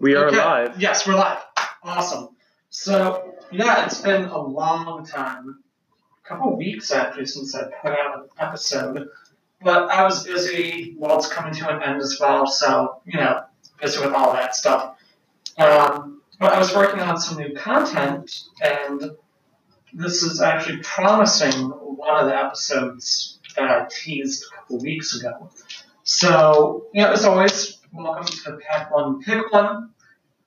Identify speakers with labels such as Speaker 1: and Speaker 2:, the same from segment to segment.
Speaker 1: We are
Speaker 2: Okay.
Speaker 1: live.
Speaker 2: Yes, we're live. Awesome. So yeah, it's been a long time, a couple weeks actually since I put out an episode, but I was busy. World's coming to an end as well, so you know, busy with all that stuff. Um, but I was working on some new content, and this is actually promising one of the episodes that I teased a couple weeks ago. So yeah, as always, welcome to Pack One Pick One.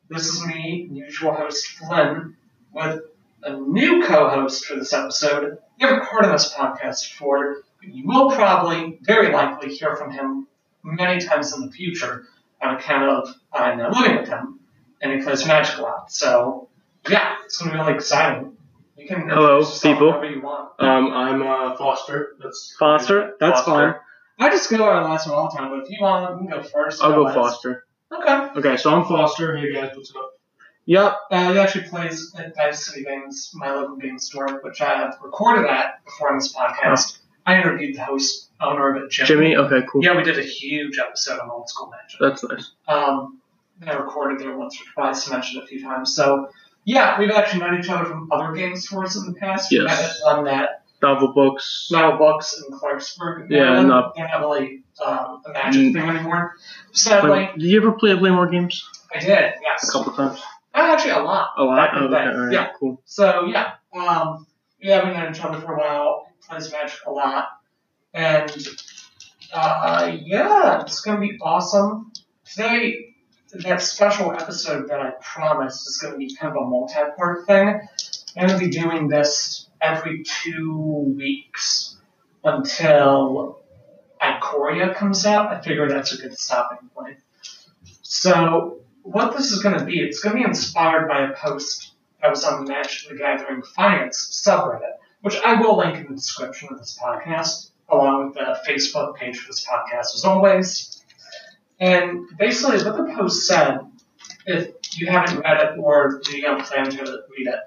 Speaker 2: This is me, usual host Flynn, with a new co-host for this episode. You haven't heard of this podcast before, but you will probably, very likely, hear from him many times in the future on account of I'm now living with him, and he plays Magic a lot. So, yeah, it's going to be really exciting. You can
Speaker 1: Hello,
Speaker 2: introduce yourself
Speaker 1: people.
Speaker 2: Whatever you want.
Speaker 3: Um, I'm uh, Foster. That's
Speaker 1: Foster?
Speaker 2: That's
Speaker 1: Foster.
Speaker 2: I just go on last one all the time, but if you want, you can go first.
Speaker 1: I'll go
Speaker 2: last.
Speaker 1: Foster.
Speaker 2: Okay.
Speaker 3: Okay, so I'm Foster. Hey guys, what's up?
Speaker 2: Yep, uh, he actually plays at Dice City Games, my local game store, which I have recorded at before on this podcast. I interviewed the host, owner of it, Jimmy.
Speaker 1: Jimmy? Uh. Okay, cool.
Speaker 2: Yeah, we did a huge episode on old school magic.
Speaker 1: That's nice.
Speaker 2: Um, and I recorded there once or twice, and mentioned it a few times. So, yeah, we've actually known each other from other game stores in the past. We
Speaker 1: Yes.
Speaker 2: met at one that
Speaker 1: Novel books.
Speaker 2: Metal Books in Clarksburg.
Speaker 1: Yeah,
Speaker 2: Maryland.
Speaker 1: no.
Speaker 2: They're not really um, a
Speaker 1: Mm.
Speaker 2: magic thing anymore. Sadly,
Speaker 1: Play- did you ever play Playmore games?
Speaker 2: I did,
Speaker 1: A
Speaker 2: yes. Uh,
Speaker 1: couple times.
Speaker 2: Actually, a lot.
Speaker 1: A lot?
Speaker 2: Back in
Speaker 1: Oh,
Speaker 2: the
Speaker 1: okay,
Speaker 2: day.
Speaker 1: alright,
Speaker 2: Yeah.
Speaker 1: cool.
Speaker 2: So yeah, um, we haven't known each other for a while. Plays Magic a lot, and uh, yeah, it's gonna be awesome. Today, that special episode that I promised is gonna be kind of a multi-part thing. I'm gonna be doing this every two weeks until Icoria comes out. I figure that's a good stopping point. So what this is gonna be? It's gonna be inspired by a post I was on the Magic the Gathering Finance subreddit, which I will link in the description of this podcast, along with the Facebook page for this podcast as always. And basically, what the post said, if you haven't read it or you don't plan to read it,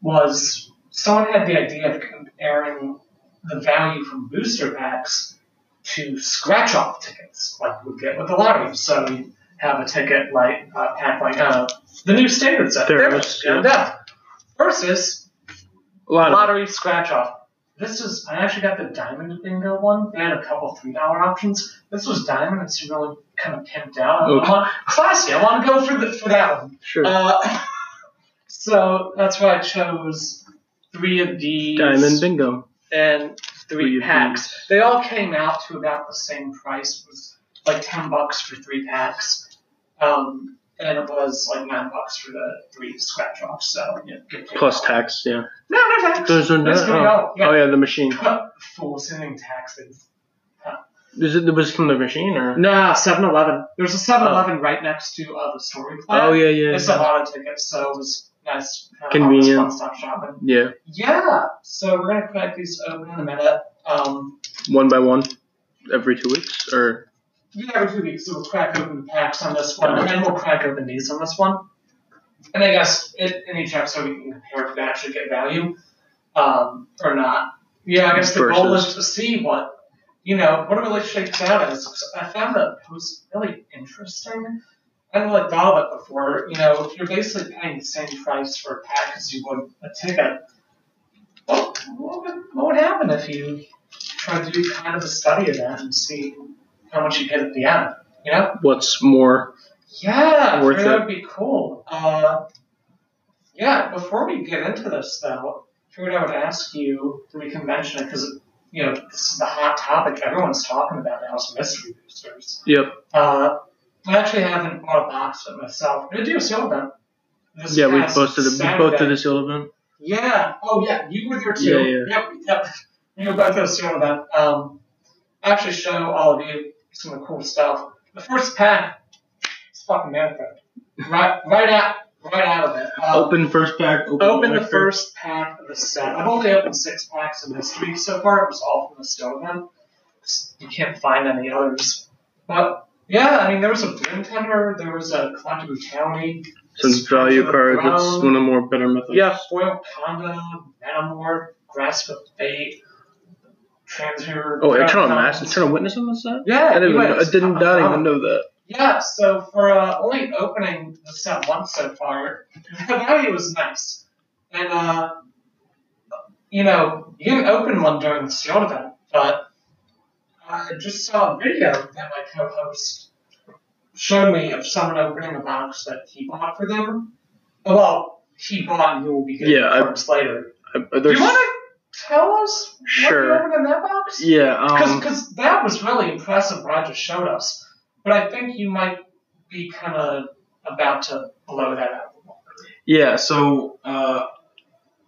Speaker 2: was someone had the idea of comparing the value from booster packs to scratch off tickets, like you would get with the lottery. So you have a ticket like uh, pack like uh, the new standard set.
Speaker 1: There it
Speaker 2: it
Speaker 1: is,
Speaker 2: is, yeah,
Speaker 1: yeah.
Speaker 2: that. Versus
Speaker 1: A lot of
Speaker 2: lottery scratch off. This is I actually got the diamond bingo one. They had a couple three dollar options. This was diamond. It's really kind of pimped out. I
Speaker 1: Okay.
Speaker 2: want, classy. I want to go for the, for that one.
Speaker 1: Sure.
Speaker 2: Uh, so that's why I chose three of these
Speaker 1: Diamond Bingo.
Speaker 2: and three,
Speaker 1: Three of
Speaker 2: packs. They all came out to about the same price. It was like ten bucks for three packs, um, and it was like nine bucks for the three scratch offs. So yeah, good deal.
Speaker 1: Plus tax, yeah.
Speaker 2: No, no tax.
Speaker 1: There's no-
Speaker 2: That's pretty
Speaker 1: oh.
Speaker 2: all. Yeah.
Speaker 1: Oh, yeah, the machine.
Speaker 2: Fool, sending taxes.
Speaker 1: Is it was it from the machine or?
Speaker 2: Nah, 7 Eleven. There's a 7 Eleven right next to uh, the story plan.
Speaker 1: Oh, yeah, yeah.
Speaker 2: It's a lot of tickets, so it was nice. uh, Kind of
Speaker 1: Convenient.
Speaker 2: One stop shopping.
Speaker 1: Yeah,
Speaker 2: Yeah, so we're going to crack these open in a minute. Um,
Speaker 1: one by one, every two weeks or
Speaker 2: yeah, every two weeks, so we'll crack open the packs on this one, and then we'll crack open these on this one. And I guess it, in each episode, we can compare if we actually get value um, or not. Yeah, I guess the goal
Speaker 1: Versus.
Speaker 2: is to see what you know, what it really shakes out is 'cause I found that post really interesting. I never like thought of it before. You know, if you're basically paying the same price for a pack as you would a ticket, what, what, would, what would happen if you tried to do kind of a study of that and see how much you get at the end? You know?
Speaker 1: what's more?
Speaker 2: Yeah,
Speaker 1: Worth
Speaker 2: that would be cool. Uh, yeah, before we get into this, though, I figured I would ask you, we can mention it because, you know, this is the hot topic everyone's talking about now is mystery boosters.
Speaker 1: Yep.
Speaker 2: Uh, I actually haven't bought a box of it myself. I do a sale event. This
Speaker 1: Yeah, we
Speaker 2: past
Speaker 1: posted a, we both
Speaker 2: Saturday.
Speaker 1: did a seal event.
Speaker 2: Yeah. Oh, yeah. You were there too.
Speaker 1: Yeah, yeah.
Speaker 2: Yep. Yep. You were both there too. That um, I actually show all of you some of the cool stuff. The first pack is fucking Minecraft. Right, right out, right out of it. Um,
Speaker 1: Open first pack. Open,
Speaker 2: open the
Speaker 1: pack.
Speaker 2: first pack of the set. I've only opened six packs of mystery so far. It was all from the stone gun. You can't find any others. But yeah, I mean, there was a bloom tender. There was a collectible county.
Speaker 1: Some value cards. That's
Speaker 2: Throne.
Speaker 1: one of the more better methods.
Speaker 2: Yeah, foil conda, metamorph, grasp of fate, transfer.
Speaker 1: Oh, eternal mass, eternal witness on the set.
Speaker 2: Uh, Yeah,
Speaker 1: I didn't,
Speaker 2: you
Speaker 1: even know,
Speaker 2: went-
Speaker 1: I didn't, I didn't even know that.
Speaker 2: Yeah, so for uh, only an opening that's not once so far, the value was nice. And, uh, you know, you can open one during the Shield event, but uh, I just saw a video that my co host showed me of someone opening a box that he bought for them. Well, he bought and he will be getting
Speaker 4: Yeah, I-
Speaker 2: it first later.
Speaker 4: Uh,
Speaker 2: Do
Speaker 4: there's,
Speaker 2: you want to tell us
Speaker 4: Sure.
Speaker 2: what you opened in that box?
Speaker 4: yeah,
Speaker 2: Because
Speaker 4: um,
Speaker 2: that was really impressive, Roger showed us. But I think you might be kind of about to blow that out.
Speaker 1: Yeah, so uh,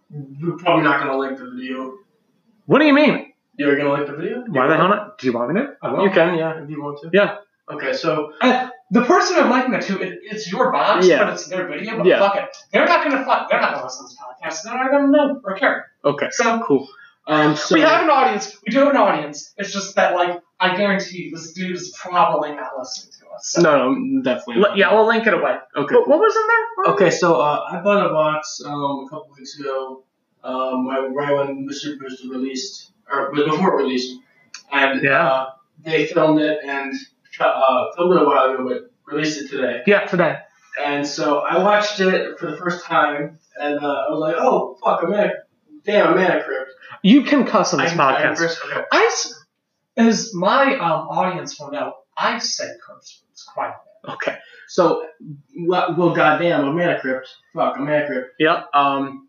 Speaker 1: we're probably not gonna link the video.
Speaker 4: what do you mean?
Speaker 1: You're gonna link the video?
Speaker 4: Why the hell not? Do you want me to?
Speaker 1: I will.
Speaker 4: You can, yeah.
Speaker 1: If you want to.
Speaker 4: Yeah.
Speaker 1: Okay, so
Speaker 2: The person I'm liking it to, it, it's your box,
Speaker 4: Yeah.
Speaker 2: but it's their video. But
Speaker 4: Yeah.
Speaker 2: fuck it, they're not gonna fuck. They're not gonna listen to this podcast. They're not gonna know or care.
Speaker 4: Okay,
Speaker 2: So,
Speaker 4: cool. Um, so
Speaker 2: we have an audience. We do have an audience. It's just that, like, I guarantee you, this dude is probably not listening to us. So.
Speaker 4: no, no, definitely.
Speaker 2: L-
Speaker 4: Not.
Speaker 2: yeah, we'll link it away.
Speaker 4: Okay.
Speaker 2: What, what was in there?
Speaker 1: okay, so uh, I bought a box um, a couple weeks ago, um, right, right when Mr. Booster released, or before it released, and
Speaker 4: Yeah.
Speaker 1: uh, they filmed it and uh, filmed it a while ago, but released it today.
Speaker 4: Yeah, today.
Speaker 1: And so I watched it for the first time, and uh, I was like, "Oh fuck, I'm in a damn, I'm in a crypt."
Speaker 4: You can cuss on this
Speaker 1: I'm- I'm
Speaker 4: podcast.
Speaker 1: first- okay.
Speaker 2: I s- as my um, audience will know, I say curse words quite a bit.
Speaker 4: okay.
Speaker 1: So, well, well, goddamn, I'm in a crypt. Fuck, I'm in a crypt.
Speaker 4: Yep.
Speaker 1: Um,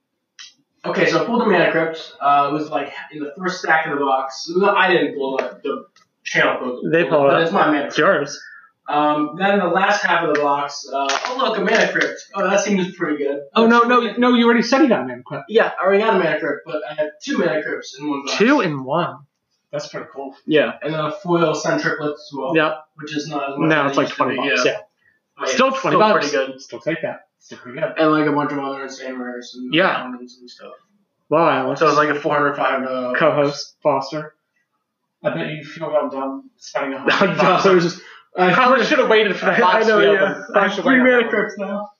Speaker 1: okay, so I pulled the mana crypt. Uh, it was like in the first stack of the box. No, I didn't pull it. The channel pulled it.
Speaker 4: They pulled
Speaker 1: But
Speaker 4: it.
Speaker 1: it's my mana
Speaker 4: It's
Speaker 1: crypt.
Speaker 4: yours.
Speaker 1: Um, then the last half of the box. Uh, oh look, a mana crypt. Oh, that seems pretty good.
Speaker 4: Oh no, no, no! You already said you got an input.
Speaker 1: Yeah, I already got a mana crypt, but I had two mana crypts in one box.
Speaker 4: Two in one.
Speaker 2: That's pretty cool.
Speaker 4: Yeah.
Speaker 1: and then a foil send triplets as well.
Speaker 4: Yeah.
Speaker 1: Which is not as much.
Speaker 4: No,
Speaker 1: as
Speaker 4: it's
Speaker 1: it
Speaker 4: like
Speaker 1: used to
Speaker 4: twenty
Speaker 1: be,
Speaker 4: bucks.
Speaker 1: Yeah.
Speaker 4: Yeah.
Speaker 1: But
Speaker 4: Still twenty
Speaker 1: still
Speaker 4: bucks.
Speaker 1: pretty good.
Speaker 4: Still take that. Still pretty good.
Speaker 1: And like a bunch of other insane rares and
Speaker 4: Yeah.
Speaker 1: commons and stuff.
Speaker 4: Well, Alex,
Speaker 1: So it's like a four hundred five uh, dollar
Speaker 4: co-host Foster.
Speaker 2: I bet you feel well done spending a
Speaker 4: I'm
Speaker 2: hundred
Speaker 4: just- I
Speaker 2: dollars.
Speaker 4: was just- I
Speaker 2: Probably should have waited for that.
Speaker 4: I
Speaker 2: box
Speaker 4: know,
Speaker 2: to be
Speaker 4: yeah.
Speaker 2: open.
Speaker 4: I
Speaker 2: should
Speaker 4: three
Speaker 2: wait.
Speaker 4: minute crypts
Speaker 1: now.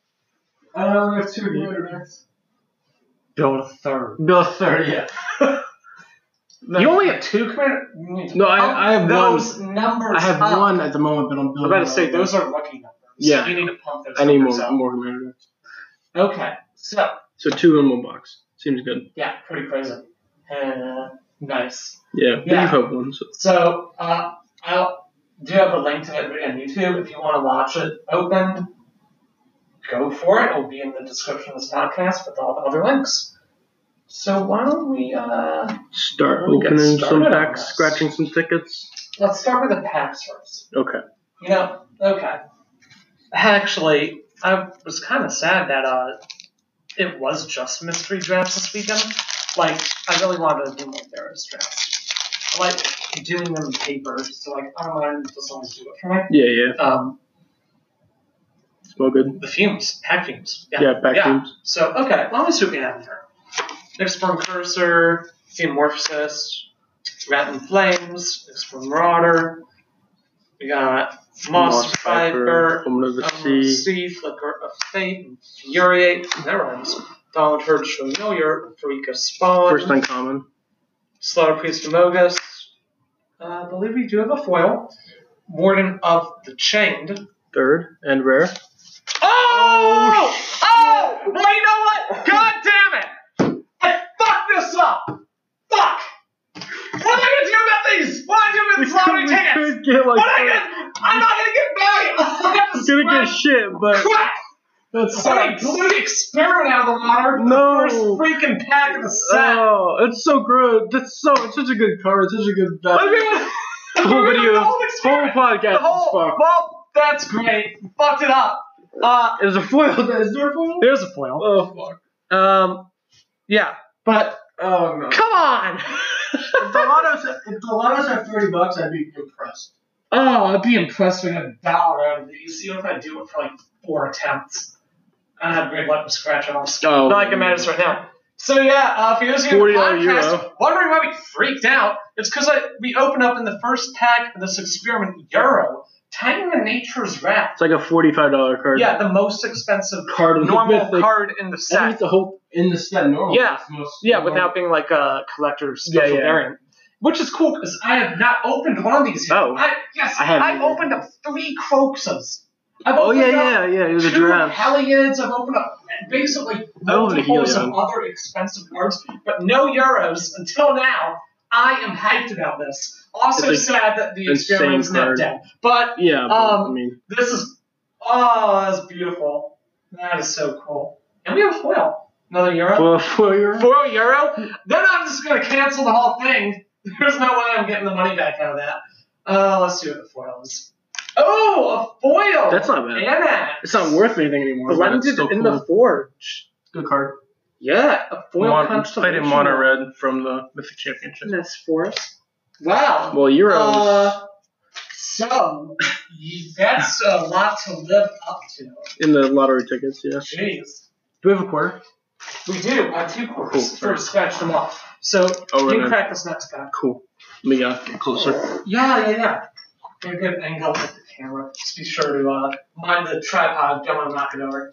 Speaker 1: I only have two minutes.
Speaker 4: build a third.
Speaker 1: No, third, yeah.
Speaker 4: You only
Speaker 2: have two commander.
Speaker 4: No, I- I have
Speaker 2: those numbers.
Speaker 1: I have
Speaker 2: up.
Speaker 1: one at the moment, but I'm building.
Speaker 4: I'm about to say,
Speaker 1: another
Speaker 4: those
Speaker 2: Those are lucky numbers.
Speaker 4: Yeah.
Speaker 2: You need to pump those
Speaker 4: I need
Speaker 2: numbers
Speaker 4: more,
Speaker 2: up.
Speaker 4: more commander.
Speaker 2: Okay, so
Speaker 4: So two in one box seems good.
Speaker 2: yeah, pretty crazy. Uh, nice.
Speaker 4: Yeah, but
Speaker 2: Yeah.
Speaker 4: you hope one. So.
Speaker 2: So uh, I'll do have a link to that video on YouTube if you want to watch it open. Go for it. It'll be in the description of this podcast with all the other links. So why don't we uh,
Speaker 4: Start
Speaker 2: We'll get
Speaker 4: opening some
Speaker 2: started on
Speaker 4: packs,
Speaker 2: this.
Speaker 4: scratching some tickets.
Speaker 2: let's start with the packs first.
Speaker 4: Okay.
Speaker 2: You know, okay. Actually, I was kind of sad that uh, it was just mystery drafts this weekend. Like, I really wanted to do more Theros drafts. I like doing them in paper, so like, I don't mind just always do it for me.
Speaker 4: Yeah, yeah.
Speaker 2: Um,
Speaker 4: Smell good.
Speaker 2: the fumes, pack fumes.
Speaker 4: Yeah, back rooms.
Speaker 2: So okay, well, let me see what we have here. Exploring Cursor, Theomorphosis, Rat in Flames, Exploring Marauder. We got Moss um, Viper,
Speaker 4: Woman of the
Speaker 2: Unknown
Speaker 4: Sea.
Speaker 2: Sea, Flicker of Fate, Infuriate, that rhymes. Downward Hurge Familiar, Freak of Spawn,
Speaker 4: First uncommon.
Speaker 2: Slaughter Priest of Mogus. Uh, I believe we do have a foil. Warden of the Chained,
Speaker 4: Third and rare.
Speaker 2: Oh! Oh! Well, you know what? God damn it! I fucked this up! Fuck! What am I gonna do about these? What am I gonna do about
Speaker 4: We
Speaker 2: these lottery tickets?
Speaker 4: could get like.
Speaker 2: What am I gonna? I'm not gonna get value! I'm gonna
Speaker 4: It's gonna get
Speaker 2: scratch
Speaker 4: shit, but
Speaker 2: crap!
Speaker 4: that's
Speaker 2: Somebody blew the experiment out of the water.
Speaker 4: No.
Speaker 2: The first freaking pack of the set.
Speaker 4: Oh, it's so good. That's so. It's such a good card. It's such a good
Speaker 2: I
Speaker 4: battle.
Speaker 2: mean,
Speaker 4: The
Speaker 2: we're
Speaker 4: whole
Speaker 2: gonna do
Speaker 4: video,
Speaker 2: the whole
Speaker 4: whole
Speaker 2: experiment.
Speaker 4: podcast
Speaker 2: The whole-
Speaker 4: is fucked.
Speaker 2: well, that's great. Fucked it up. Uh,
Speaker 4: There's a foil.
Speaker 1: Is there a foil?
Speaker 4: There's a foil.
Speaker 1: Oh fuck.
Speaker 2: um, yeah, but
Speaker 1: Oh
Speaker 4: um,
Speaker 1: no.
Speaker 2: come on.
Speaker 1: if the lotto's if the lotto's at thirty bucks, I'd be impressed.
Speaker 2: Oh, I'd be impressed with a dollar out of these. Even if I do it for like four attempts, I don't have great luck with scratch offs.
Speaker 4: Oh.
Speaker 2: Not like it matters right now. So yeah, uh, for those of you in the
Speaker 4: $40
Speaker 2: podcast
Speaker 4: euro.
Speaker 2: wondering why we freaked out, it's because we open up in the first pack of this experiment Euro, Tiny the Nature's Wrath.
Speaker 4: It's like a forty-five dollar card.
Speaker 2: Yeah, the most expensive
Speaker 4: Card with
Speaker 2: normal
Speaker 4: mythic.
Speaker 2: card in the
Speaker 1: I think
Speaker 2: set.
Speaker 1: it's a whole in the set normal.
Speaker 2: Yeah.
Speaker 1: It's most-
Speaker 4: uh,
Speaker 2: Yeah, without being like a collector's
Speaker 4: Yeah,
Speaker 2: special
Speaker 4: yeah.
Speaker 2: variant. which is cool because I have not opened one of these. yet.
Speaker 1: Oh.
Speaker 2: I, yes,
Speaker 1: I haven't
Speaker 2: I've
Speaker 1: either.
Speaker 2: opened up three Crocuses. I've
Speaker 1: Oh
Speaker 2: opened
Speaker 1: yeah,
Speaker 2: up
Speaker 1: yeah, yeah. You're the
Speaker 2: two
Speaker 1: giraffe.
Speaker 2: Hellions. I've opened up basically
Speaker 1: I opened a
Speaker 2: multiples of
Speaker 1: Helion.
Speaker 2: other expensive cards, but no euros until now. I am hyped about this. Also
Speaker 1: It's a
Speaker 2: sad that the
Speaker 1: insane
Speaker 2: experiment is not
Speaker 1: card.
Speaker 2: dead, but
Speaker 1: Yeah. but,
Speaker 2: Um,
Speaker 1: I mean,
Speaker 2: this is oh, that's beautiful. That is so cool. And we have foil. Another
Speaker 1: for,
Speaker 2: euro.
Speaker 1: for your
Speaker 2: Four euro? Then I'm just gonna cancel the whole thing. There's no way I'm getting the money back out of that. Uh, let's see what the foil is. Oh, a foil.
Speaker 1: That's not bad.
Speaker 2: Anna.
Speaker 1: It's not worth anything anymore. but it's
Speaker 2: Blended
Speaker 1: still
Speaker 2: in
Speaker 1: cool.
Speaker 2: the forge.
Speaker 3: Good card.
Speaker 2: Yeah, a foil
Speaker 3: Mon- played
Speaker 2: constellation.
Speaker 3: in mono red from the Mythic Championship.
Speaker 2: That's force. Wow.
Speaker 1: Well, euros.
Speaker 2: Uh, so that's a lot to live up to.
Speaker 1: in the lottery tickets, yeah.
Speaker 2: Jeez.
Speaker 3: Do we have a quarter?
Speaker 2: We do have two quarters.
Speaker 1: Cool.
Speaker 2: Sort of scratch them off. So
Speaker 1: Oh,
Speaker 2: you
Speaker 1: we're
Speaker 2: can
Speaker 1: gonna,
Speaker 2: crack this next guy.
Speaker 1: cool. Let me uh, get closer.
Speaker 2: Yeah, yeah, yeah. Get a good angle with the camera. Just be sure to uh, mind the tripod. Don't want to knock it over.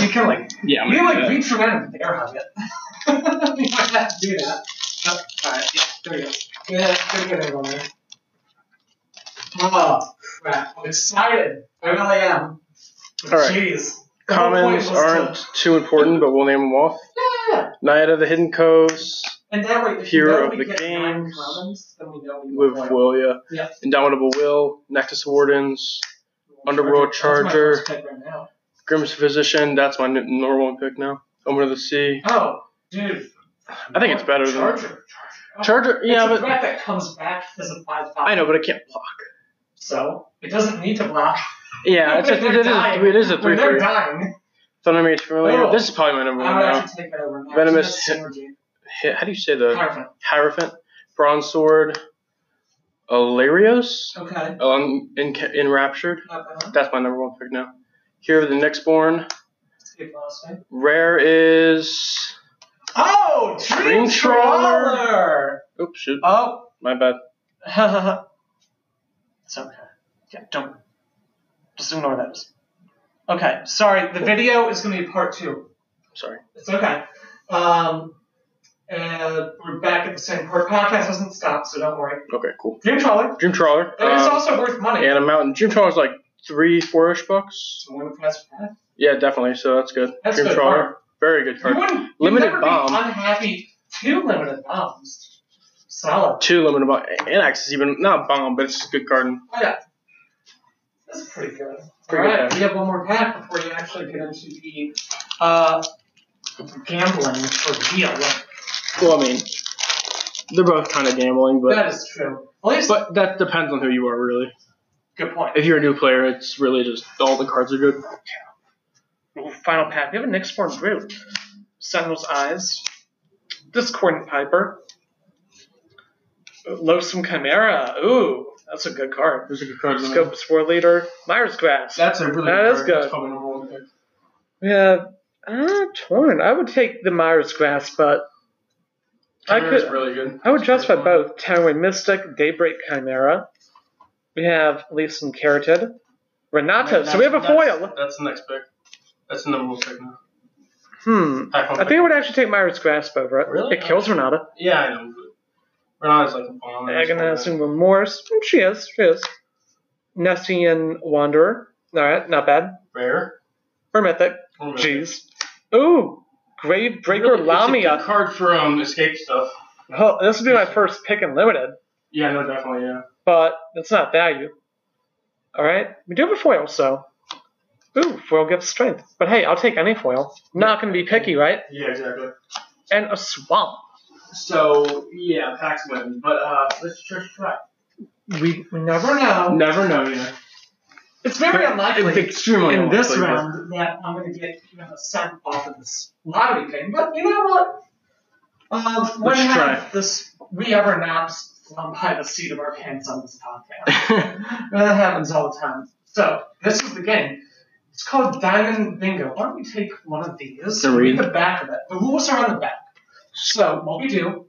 Speaker 2: You can like
Speaker 1: Yeah, I'm gonna
Speaker 2: you can,
Speaker 1: do
Speaker 2: like
Speaker 1: that.
Speaker 2: reach around and bear hug it. you might have to do that. Oh, all right, yeah, there you go. Yeah, pretty good angle there. Oh crap! I'm excited. I really am.
Speaker 1: All right.
Speaker 2: Jeez. The whole point
Speaker 1: Commons
Speaker 2: was to-
Speaker 1: aren't too important, but we'll name them off.
Speaker 2: Yeah.
Speaker 1: Knight of the Hidden Coves
Speaker 2: And that way, if
Speaker 1: Hero
Speaker 2: you know
Speaker 1: of the
Speaker 2: we get nine
Speaker 1: games.
Speaker 2: commons, then we know we
Speaker 1: with
Speaker 2: won.
Speaker 1: Will, yeah.
Speaker 2: Yeah.
Speaker 1: Indomitable Will, Nexus Wardens, Underworld Charger.
Speaker 2: That's my first pick right now.
Speaker 1: Grimm's Physician. That's my n- normal pick now. Omen of the Sea.
Speaker 2: Oh, dude.
Speaker 1: I think it's better than-
Speaker 2: Charger. Charger. Oh,
Speaker 1: Charger. Yeah,
Speaker 2: it's a
Speaker 1: but
Speaker 2: threat that comes back as a five five.
Speaker 1: I know, but I can't block.
Speaker 2: So it doesn't need to block.
Speaker 1: Yeah, it's a, it, is, it is a three
Speaker 2: When they're
Speaker 1: three.
Speaker 2: dying,
Speaker 1: Thunder Mage familiar.
Speaker 2: Oh.
Speaker 1: This is probably my
Speaker 2: I
Speaker 1: number
Speaker 2: would
Speaker 1: one now.
Speaker 2: actually take that over. now.
Speaker 1: Venomous-
Speaker 2: That's synergy.
Speaker 1: Hi- How do you say the
Speaker 2: Perfect.
Speaker 1: Hierophant? Bronze Sword. Illyrios.
Speaker 2: Okay.
Speaker 1: Um, in, enraptured.
Speaker 2: Uh-huh.
Speaker 1: That's my number one pick now. Here of the Nextborn.
Speaker 2: Skip last name.
Speaker 1: Rare is.
Speaker 2: Oh, Dream
Speaker 1: Dream Trawler.
Speaker 2: Trawler.
Speaker 1: Oops, shoot.
Speaker 2: Oh.
Speaker 1: My bad.
Speaker 2: it's okay. Yeah, don't. Just ignore those. Okay, sorry. The video is going to be part two.
Speaker 1: Sorry.
Speaker 2: It's okay. Um, and we're back at the same part. Podcast hasn't stopped, so don't worry.
Speaker 1: Okay, cool.
Speaker 2: Dream Trawler.
Speaker 1: Dream Trawler.
Speaker 2: That is
Speaker 1: um,
Speaker 2: also worth money.
Speaker 1: and a mountain. Dream Trawler's like three, four ish bucks.
Speaker 2: It's a one price path.
Speaker 1: Yeah, definitely. So that's good.
Speaker 2: That's
Speaker 1: Dream
Speaker 2: good.
Speaker 1: Trawler.
Speaker 2: art.
Speaker 1: Very good
Speaker 2: You
Speaker 1: card.
Speaker 2: wouldn't you'd
Speaker 1: Limited
Speaker 2: never
Speaker 1: bomb.
Speaker 2: Be unhappy. Two limited bombs. Solid.
Speaker 1: Two limited bomb. Anax is even not a bomb, but it's just a good card.
Speaker 2: Oh, yeah. That's pretty good.
Speaker 1: Pretty
Speaker 2: All right,
Speaker 1: good.
Speaker 2: we have one more pack before you actually get into the uh, gambling for real.
Speaker 1: Well, I mean, they're both kind of gambling, but
Speaker 2: that is true. At least,
Speaker 1: but that depends on who you are, really.
Speaker 2: good point.
Speaker 1: If you're a new player, it's really just all the cards are good.
Speaker 2: final pack. We have a Nyxborn Brute, Sentinel's Eyes, Discordant Piper, Loathsome Chimera. Ooh, that's a good card.
Speaker 1: Those are good cards. I mean.
Speaker 2: Scope Spore Leader, Myers Grass.
Speaker 3: That's a really
Speaker 2: That
Speaker 3: good
Speaker 2: is
Speaker 3: card.
Speaker 2: good.
Speaker 3: That's probably number one pick.
Speaker 2: Yeah, I'm Ah, torn. I would take the Myers Grass, but I
Speaker 3: Chimera's
Speaker 2: could-
Speaker 3: really good.
Speaker 2: I would justify both Towering Mystic, Daybreak Chimera. We have Leafs and Carotid. Renato, so we have a
Speaker 3: That's-
Speaker 2: foil.
Speaker 3: That's the next pick. That's the number one pick now.
Speaker 2: Hmm.
Speaker 3: Pack one
Speaker 2: I
Speaker 3: pick.
Speaker 2: think I would actually take Myers Grasp over it.
Speaker 3: Really?
Speaker 2: It kills Renata.
Speaker 3: Yeah, I know. But Renata's like a bomb.
Speaker 2: Agonizing Remorse. Mm, She is. She is. Nessian Wanderer. All right, not bad.
Speaker 3: Rare.
Speaker 2: Or Mythic.
Speaker 3: Or rare.
Speaker 2: Jeez. Ooh, Grave Breaker
Speaker 3: Really, it's a good
Speaker 2: Lamia.
Speaker 3: card for um, escape stuff.
Speaker 2: Oh, this would be my first pick in limited,
Speaker 3: Yeah, no, definitely, yeah.
Speaker 2: but it's not value. All right, we do have a foil, so. Ooh, foil gives strength. But hey, I'll take any foil. Not going to be picky, right?
Speaker 3: Yeah, exactly.
Speaker 2: And a swamp.
Speaker 3: So, yeah, Pax win. But uh, let's just try.
Speaker 2: We we never know.
Speaker 3: Never know, yeah.
Speaker 2: It's very
Speaker 1: It's extremely
Speaker 2: in this
Speaker 1: unlikely, but-
Speaker 2: round that I'm going to get even a cent off of this lottery thing. But you know what? Um, when
Speaker 1: Let's
Speaker 2: have
Speaker 1: try.
Speaker 2: this we ever not flown by the seat of our pants on this podcast? that happens all the time. So this is the game. It's called Diamond Bingo. Why don't we take one of these?
Speaker 1: The read.
Speaker 2: read the back of it. The rules are on the back. So what we do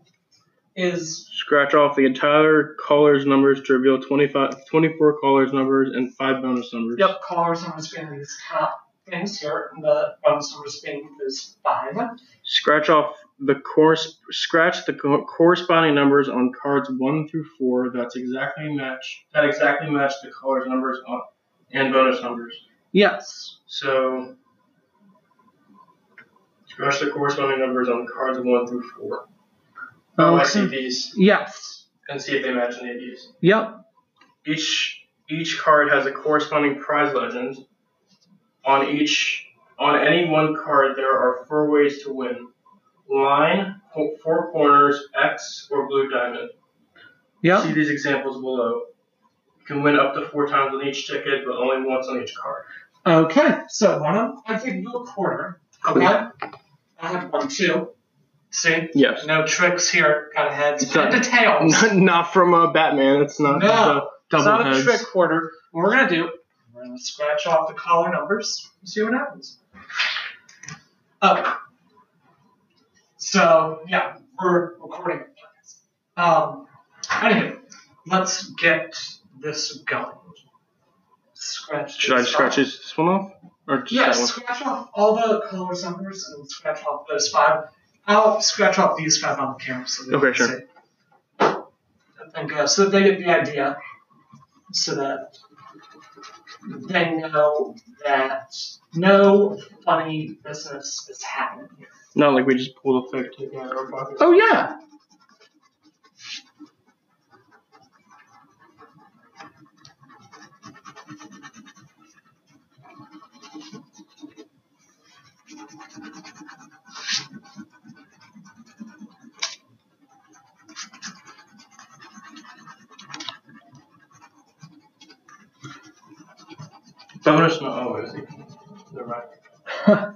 Speaker 2: is
Speaker 1: Scratch off the entire caller's numbers to reveal 25, 24 caller's numbers and five bonus numbers.
Speaker 2: Yep, callers on spin these top things here, and the bonus numbers being is five.
Speaker 1: Scratch off the course scratch the co- corresponding numbers on cards one through four that's exactly match that exactly match the colors numbers on, and bonus numbers.
Speaker 2: Yes.
Speaker 1: So scratch the corresponding numbers on cards one through four. Oh, I see these
Speaker 2: Yes.
Speaker 1: and see if they match any of these.
Speaker 2: Yep.
Speaker 1: Each each card has a corresponding prize legend. On each on any one card there are four ways to win. Line, co- four corners, X, or blue diamond.
Speaker 2: Yep.
Speaker 1: See these examples below. You can win up to four times on each ticket, but only once on each card.
Speaker 2: Okay. So one of them, I give you a quarter. Okay. I had one too. See,
Speaker 1: Yes.
Speaker 2: no tricks here. Got heads.
Speaker 1: It's not-
Speaker 2: Got details.
Speaker 1: Not from uh, Batman. It's not
Speaker 2: No.
Speaker 1: uh, double
Speaker 2: it's not
Speaker 1: heads.
Speaker 2: a trick quarter. What we're gonna do, we're gonna scratch off the collar numbers and see what happens. Oh. So yeah, we're recording a podcast. Um anyway, let's get this going. Scratch
Speaker 1: Should I
Speaker 2: this
Speaker 1: scratch
Speaker 2: off.
Speaker 1: this this one off? Or just
Speaker 2: Yes,
Speaker 1: that one?
Speaker 2: scratch off all the collar numbers and scratch off those five. I'll scratch off these five on the camera so they
Speaker 1: Okay,
Speaker 2: can
Speaker 1: sure.
Speaker 2: see. I think uh, so they get the idea, so that they know that no funny business is happening here.
Speaker 1: Not like we just pulled a fake ticket out of our pocket.
Speaker 2: Oh yeah.
Speaker 1: Bonus not always. They're right.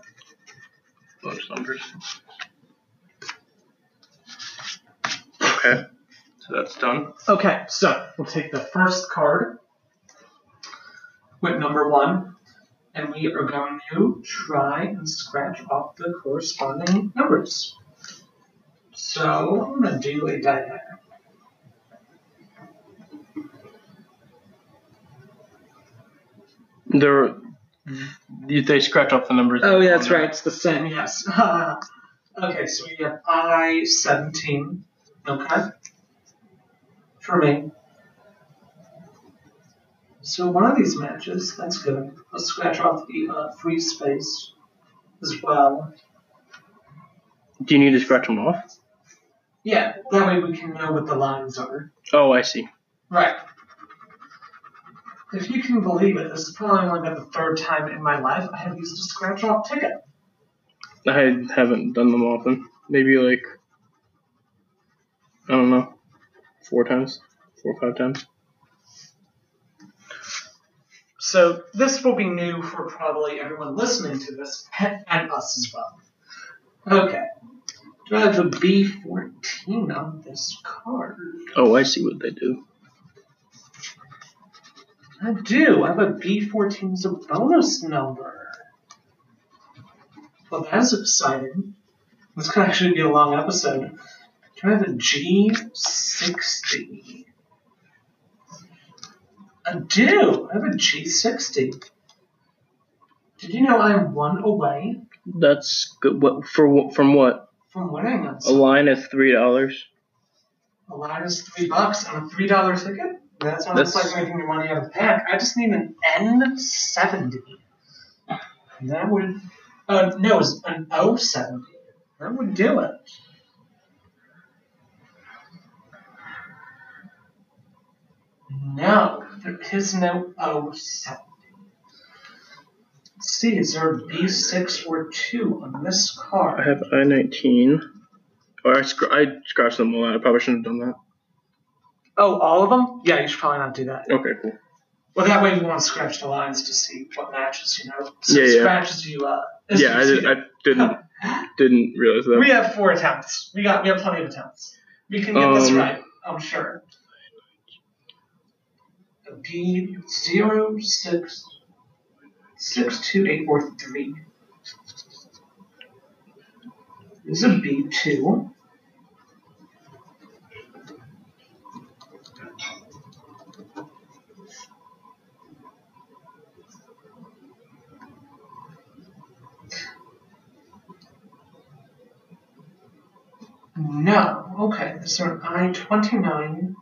Speaker 1: Bonus numbers. Okay. So that's done.
Speaker 2: okay, so we'll take the first card with number one, and we are going to try and scratch off the corresponding numbers. So I'm gonna do a diagonal.
Speaker 1: There, you- they scratch off the numbers.
Speaker 2: Oh, yeah, that's right. It's the same, yes. okay, so we have I 17. Okay. For me. So one of these matches, that's good. Let's scratch off the uh, free space as well.
Speaker 1: Do you need to scratch them off?
Speaker 2: Yeah, that way we can know what the lines are.
Speaker 1: Oh, I see.
Speaker 2: Right. If you can believe it, this is probably only about the third time in my life I have used a scratch off ticket.
Speaker 1: I haven't done them often. Maybe like, I don't know, four times, four or five times.
Speaker 2: So this will be new for probably everyone listening to this and us as well. Okay. Do I have a B14 on this card?
Speaker 1: Oh, I see what they do.
Speaker 2: I do. I have a B14 as a bonus number. Well, that's exciting. This could actually be a long episode. Do I have a G60? I do. I have a G60. Did you know I'm one away
Speaker 1: That's good. What for? wh- From what?
Speaker 2: from winning on
Speaker 1: A line is three dollars.
Speaker 2: A line is three bucks on a three dollar ticket. That's not
Speaker 1: That's-
Speaker 2: like making your money out of pack. I just need an N seventy. That would. Uh, no, it's an O seventy. That would do it. No, there is no O seventy. Let's See, is there a B six or two on this
Speaker 1: I
Speaker 2: card?
Speaker 1: have I nineteen. Or I, scr- I scratched them all out. I probably shouldn't have done
Speaker 2: Oh, all of them? Yeah, you should probably not do that.
Speaker 1: that. Okay, cool.
Speaker 2: Well, that way we want to scratch the lines to see what matches, you know. So
Speaker 1: Yeah, yeah.
Speaker 2: scratches you uh, up.
Speaker 1: Yeah, I, did, I didn't didn't realize that.
Speaker 2: we have four attempts. We got we have plenty of attempts. We can get this
Speaker 1: Um,
Speaker 2: right, I'm sure. B zero six six two eight four three. This is a B two. No. Okay, so an I 29,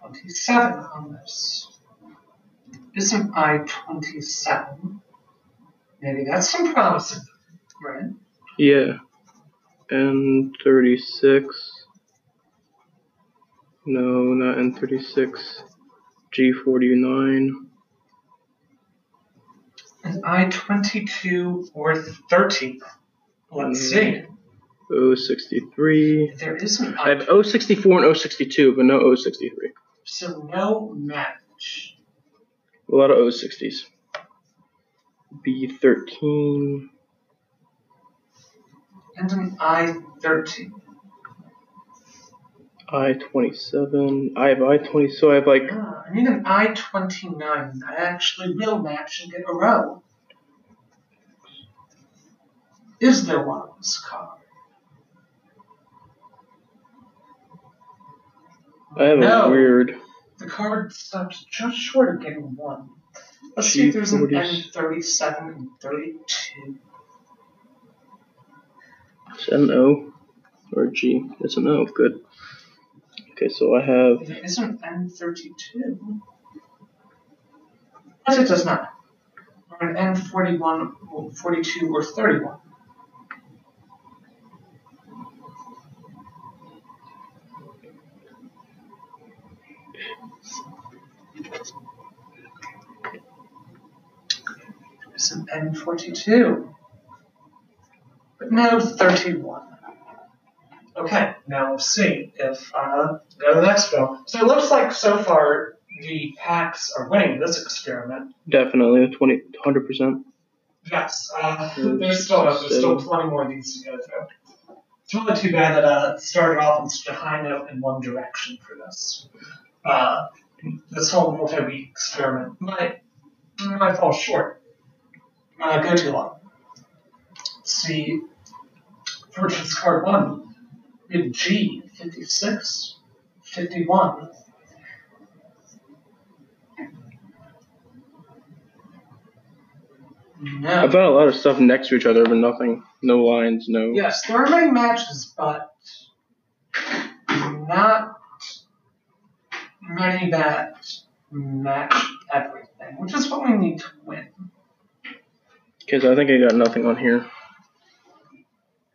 Speaker 2: 27 on this. Isn't I 27? Maybe that's some promising, right?
Speaker 4: Yeah. And 36. No, not N36. G49.
Speaker 2: An I 22 or 30? Let's see.
Speaker 4: 063.
Speaker 2: There is an
Speaker 4: I
Speaker 2: I.
Speaker 4: have 064 and 062, but no 063.
Speaker 2: So no match.
Speaker 4: A lot of 060s. B13.
Speaker 2: And an I 13.
Speaker 4: I27. I have I20, so I have like
Speaker 2: Ah, I need an I 29. I actually will match and get a row. Is there one on this card?
Speaker 4: I have
Speaker 2: no.
Speaker 4: a weird.
Speaker 2: The card stops just short of getting one. Let's see if there's an
Speaker 4: G40s.
Speaker 2: N37 and 32.
Speaker 4: It's an O or G. It's an O. Good. Okay, so I have
Speaker 2: There is an N32. But it does not. Or an N41, or 42, or 31. There's an N42. But no 31. Okay, now let's see if uh, go to the next one. So it looks like so far the packs are winning this experiment.
Speaker 4: definitely a 20, 100%.
Speaker 2: Yes, uh, there's still there's still plenty more of these to go through. It's really too bad that uh, it started off on such a high note in one direction for this. Uh, this whole multi-week experiment might might fall short. Might not Uh, go too long. Let's see, Fortune's card one. We have G, 56, 51. No.
Speaker 4: I've got a lot of stuff next to each other, but nothing. No lines, no.
Speaker 2: Yes, there are many matches, but not many that match everything, which is what we need to win.
Speaker 4: Okay, so I think I got nothing on here.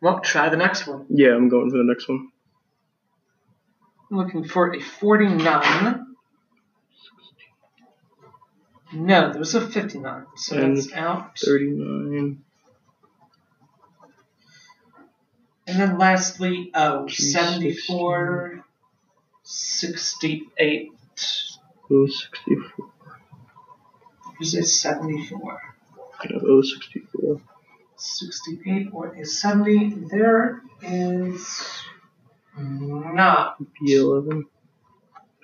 Speaker 2: Well, try the next one.
Speaker 4: Yeah, I'm going for the next one.
Speaker 2: I'm looking for a 49. No, there's a 59, so
Speaker 4: And
Speaker 2: that's out.
Speaker 4: 39.
Speaker 2: And then lastly, oh,
Speaker 4: Jeez,
Speaker 2: 74, 68.
Speaker 4: O sixty four.
Speaker 2: There's a 74.
Speaker 4: I have O sixty four.
Speaker 2: 68 or a 70. There is not,
Speaker 4: B eleven.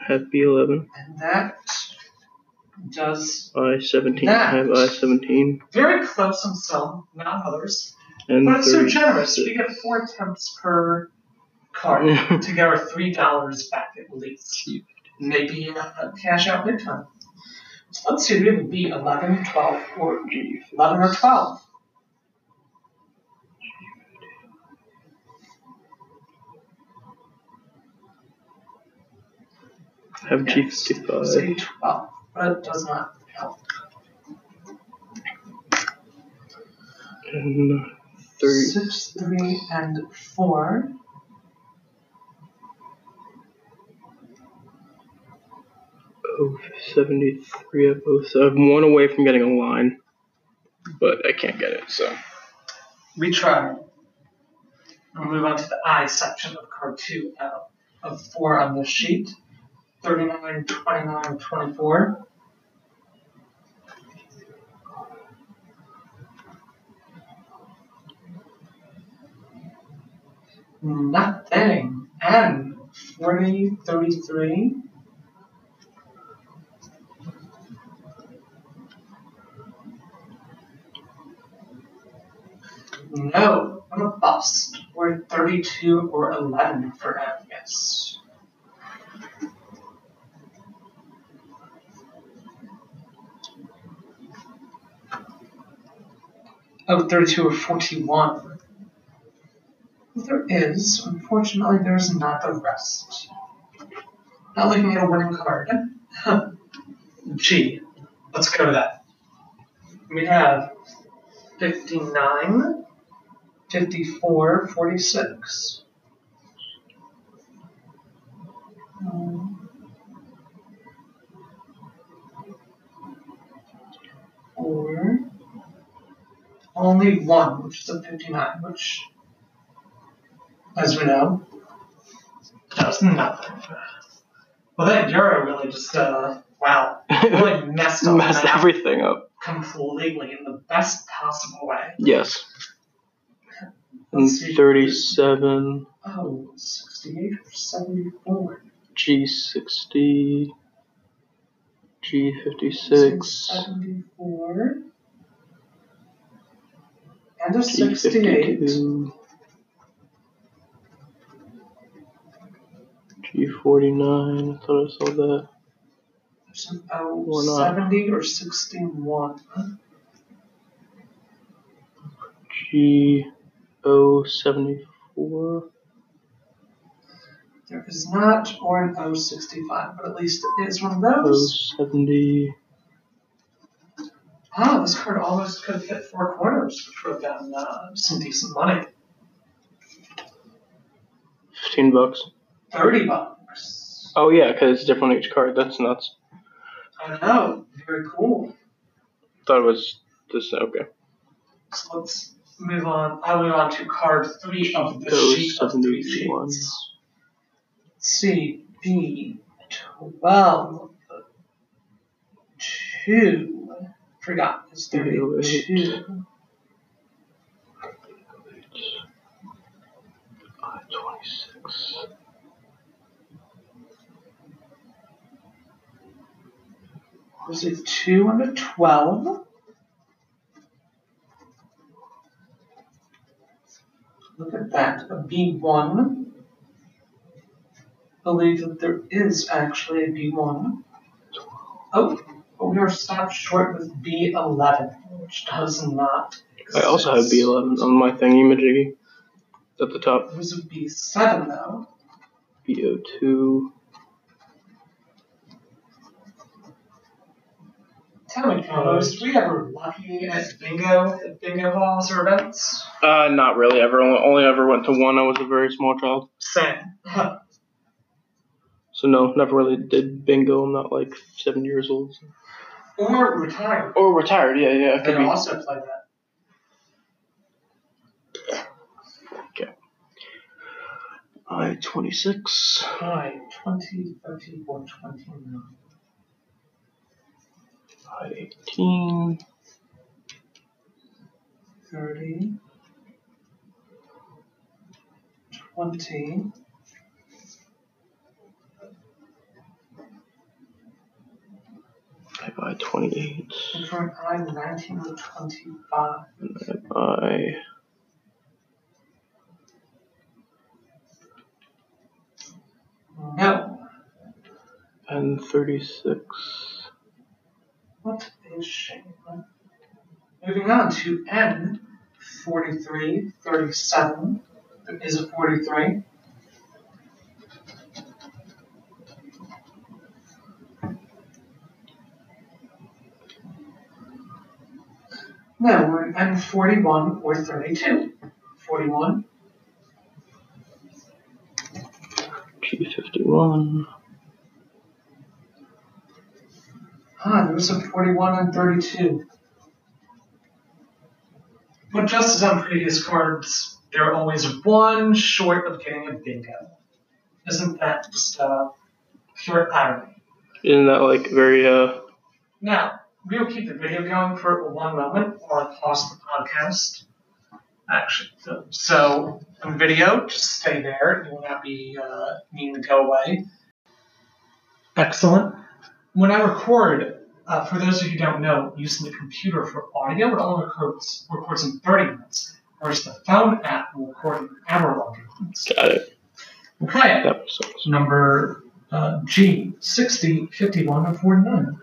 Speaker 4: I have B eleven.
Speaker 2: and that does
Speaker 4: I seventeen. I have I seventeen.
Speaker 2: very close on some, not others.
Speaker 4: And
Speaker 2: But it's so
Speaker 4: 30.
Speaker 2: generous. We get four attempts per card to get our three dollars back at least. Maybe uh, cash out big time. So let's see, we have a B 11, 12, or 11 or 12.
Speaker 4: I have G
Speaker 2: Yes.
Speaker 4: fifty five.
Speaker 2: Say 12, but it does not help.
Speaker 4: And thirty.
Speaker 2: Six, three, and four.
Speaker 4: O seventy three. I have O. So I'm oh, one away from getting a line, but I can't get it. So
Speaker 2: We try. We'll move on to the I section of card two out of four on this sheet. 39, 29, 24. Nothing. And 40, 33. No, I'm a bust. We're 32 or 11 for Amicus. Oh, 32 or 41. There is, unfortunately, there's not the rest. Not looking at a winning card. Gee, let's go to that. We have 59, 54, 46. Um, Or only one, which is a 59, which, as we know, does nothing. Well, that Euro really just, uh, wow, really messed up
Speaker 4: Messed
Speaker 2: that
Speaker 4: everything up.
Speaker 2: completely in the best possible way.
Speaker 4: Yes. And
Speaker 2: Let's see.
Speaker 4: 37
Speaker 2: Oh, 68 or 74.
Speaker 4: G60
Speaker 2: Six.
Speaker 4: G56
Speaker 2: 74. And a 68.
Speaker 4: G52 G49 I thought I saw that
Speaker 2: There's an O
Speaker 4: Why not?
Speaker 2: 70 Oh, or 61.
Speaker 4: G074
Speaker 2: There is not or an O 65, but at least it is one of those.
Speaker 4: 070
Speaker 2: Ah, this card almost could have hit four corners, which would have been uh, some decent money.
Speaker 4: 15 bucks
Speaker 2: 30 bucks.
Speaker 4: oh yeah because it's different on each card that's nuts
Speaker 2: I know, very cool.
Speaker 4: thought it was this okay
Speaker 2: So let's move on. I'll move on to card three of the
Speaker 4: Those
Speaker 2: sheet of three
Speaker 4: 71.
Speaker 2: sheets. CB twelve two. Forgot it's thirty two.
Speaker 4: 26
Speaker 2: Was it two and a twelve? Look at that. A B one. Believe that there is actually a B one. Oh, but we are stopped short with B eleven, which does not.
Speaker 4: I
Speaker 2: Exist.
Speaker 4: also have B11 on my thingy majiggy at the top.
Speaker 2: It was a B seven though.
Speaker 4: BO2.
Speaker 2: Tell me, Carlos, we ever lucky at bingo at bingo halls or events?
Speaker 4: Uh, not really ever. Only, only ever went to one. I was a very small child.
Speaker 2: Same.
Speaker 4: So, no, never really did bingo. I'm not like seven years old.
Speaker 2: or retired.
Speaker 4: Or retired, yeah, yeah. I
Speaker 2: They
Speaker 4: could be.
Speaker 2: also play that.
Speaker 4: I 26.
Speaker 2: Hi, 20, 31, 29.
Speaker 4: I 18.
Speaker 2: 30, 20,
Speaker 4: 28.
Speaker 2: and for an I, 19 or 25.
Speaker 4: I.
Speaker 2: No.
Speaker 4: And 36.
Speaker 2: What a shame. Moving on to N, 43, 37. There is a 43. No, we're in N41 or 32. 41,
Speaker 4: G51.
Speaker 2: Ah, there was a 41 and 32. But just as on previous cards, they're always one short of getting a bingo. Isn't that just uh, pure irony?
Speaker 4: Isn't that like very, uh.
Speaker 2: Now, we will keep the video going for one moment while I pause the podcast. Actually, so- so on video, just stay there. You will not be uh, needing to go away. Excellent. When I record, uh, for those of you who don't know, using the computer for audio, it only records, records in 30 minutes, whereas the phone app will record in hour longer.
Speaker 4: Got it.
Speaker 2: Okay,
Speaker 4: That makes sense.
Speaker 2: number uh, G, 60, 51, and 49.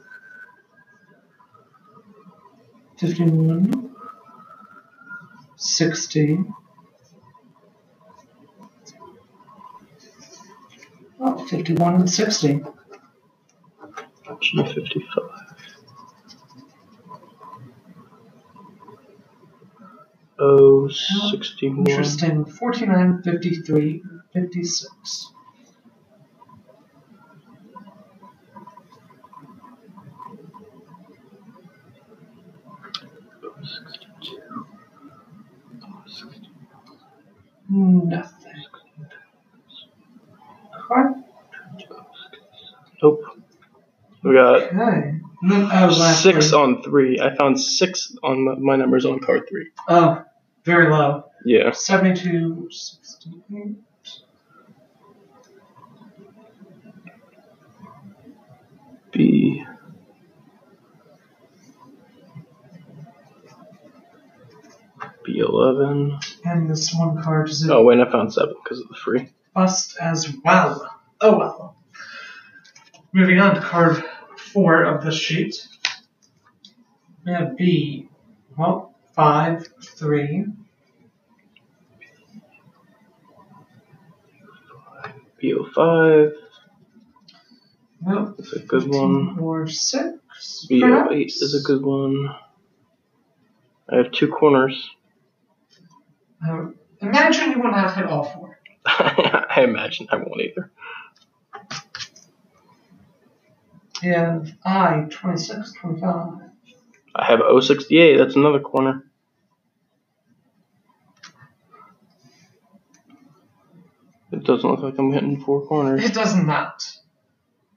Speaker 2: 51, 60, 51 Oh, and 60.
Speaker 4: G55. Oh, 61.
Speaker 2: Interesting. 49, 53, 56. Nothing.
Speaker 4: We got
Speaker 2: Okay. And then, oh, lastly,
Speaker 4: uh, six on three. I found six on my, my numbers on card three.
Speaker 2: Oh, very low.
Speaker 4: Yeah.
Speaker 2: 72, 68.
Speaker 4: B. B11.
Speaker 2: And this one card is a
Speaker 4: Oh, wait, I found seven because of the free.
Speaker 2: bust as well. Oh well. Moving on to card four of this sheet. We have B, well, five, three,
Speaker 4: B05.
Speaker 2: well,
Speaker 4: That's oh a good one.
Speaker 2: or six.
Speaker 4: B08 is a
Speaker 2: perhaps?
Speaker 4: good one. I have two corners.
Speaker 2: Uh, imagine you would not hit all four.
Speaker 4: I imagine I won't either.
Speaker 2: And I, 26, 25.
Speaker 4: I have 068. That's another corner. It doesn't look like I'm hitting four corners.
Speaker 2: It does not.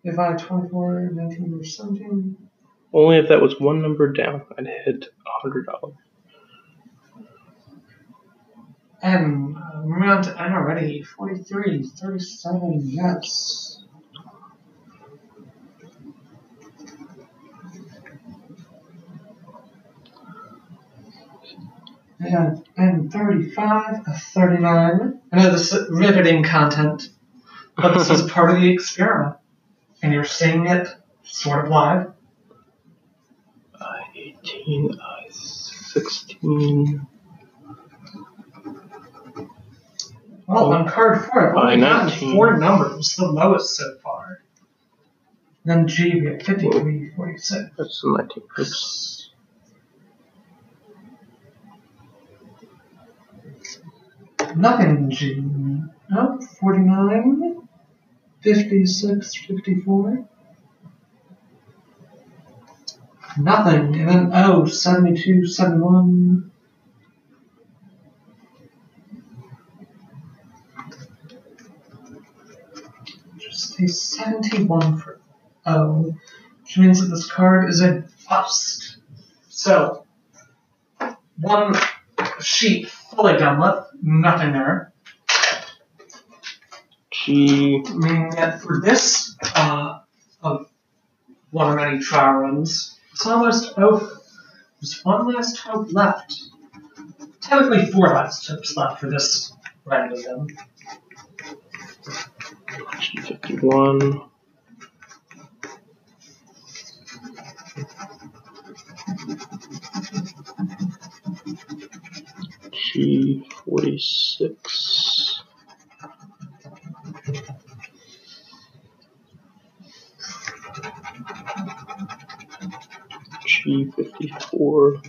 Speaker 2: If I, 24, 19, or 17.
Speaker 4: Only if that was one number down, I'd hit $100.
Speaker 2: And uh, moving on to N already, 43, 37, yes. And, and 35, 39. I know this is riveting content, but this is part of the experiment. And you're seeing it sort of live.
Speaker 4: I 18, I 16,
Speaker 2: Well, on card four, I've
Speaker 4: By
Speaker 2: only gotten
Speaker 4: 19.
Speaker 2: four numbers, the lowest so far. Then G, we have 53, 46.
Speaker 4: that's the 19. Oops.
Speaker 2: Nothing, Jim. Nope, 49, 56, 54. Nothing, and then, oh, 72, 71. Just a 71 for O, which means that this card is a bust. So, one sheet fully done with, nothing there.
Speaker 4: G,
Speaker 2: Meaning that for this, uh, of one of many trial runs, it's almost over. There's one last hope left. Technically, four last hopes left for this round of them.
Speaker 4: G51. G46. G54.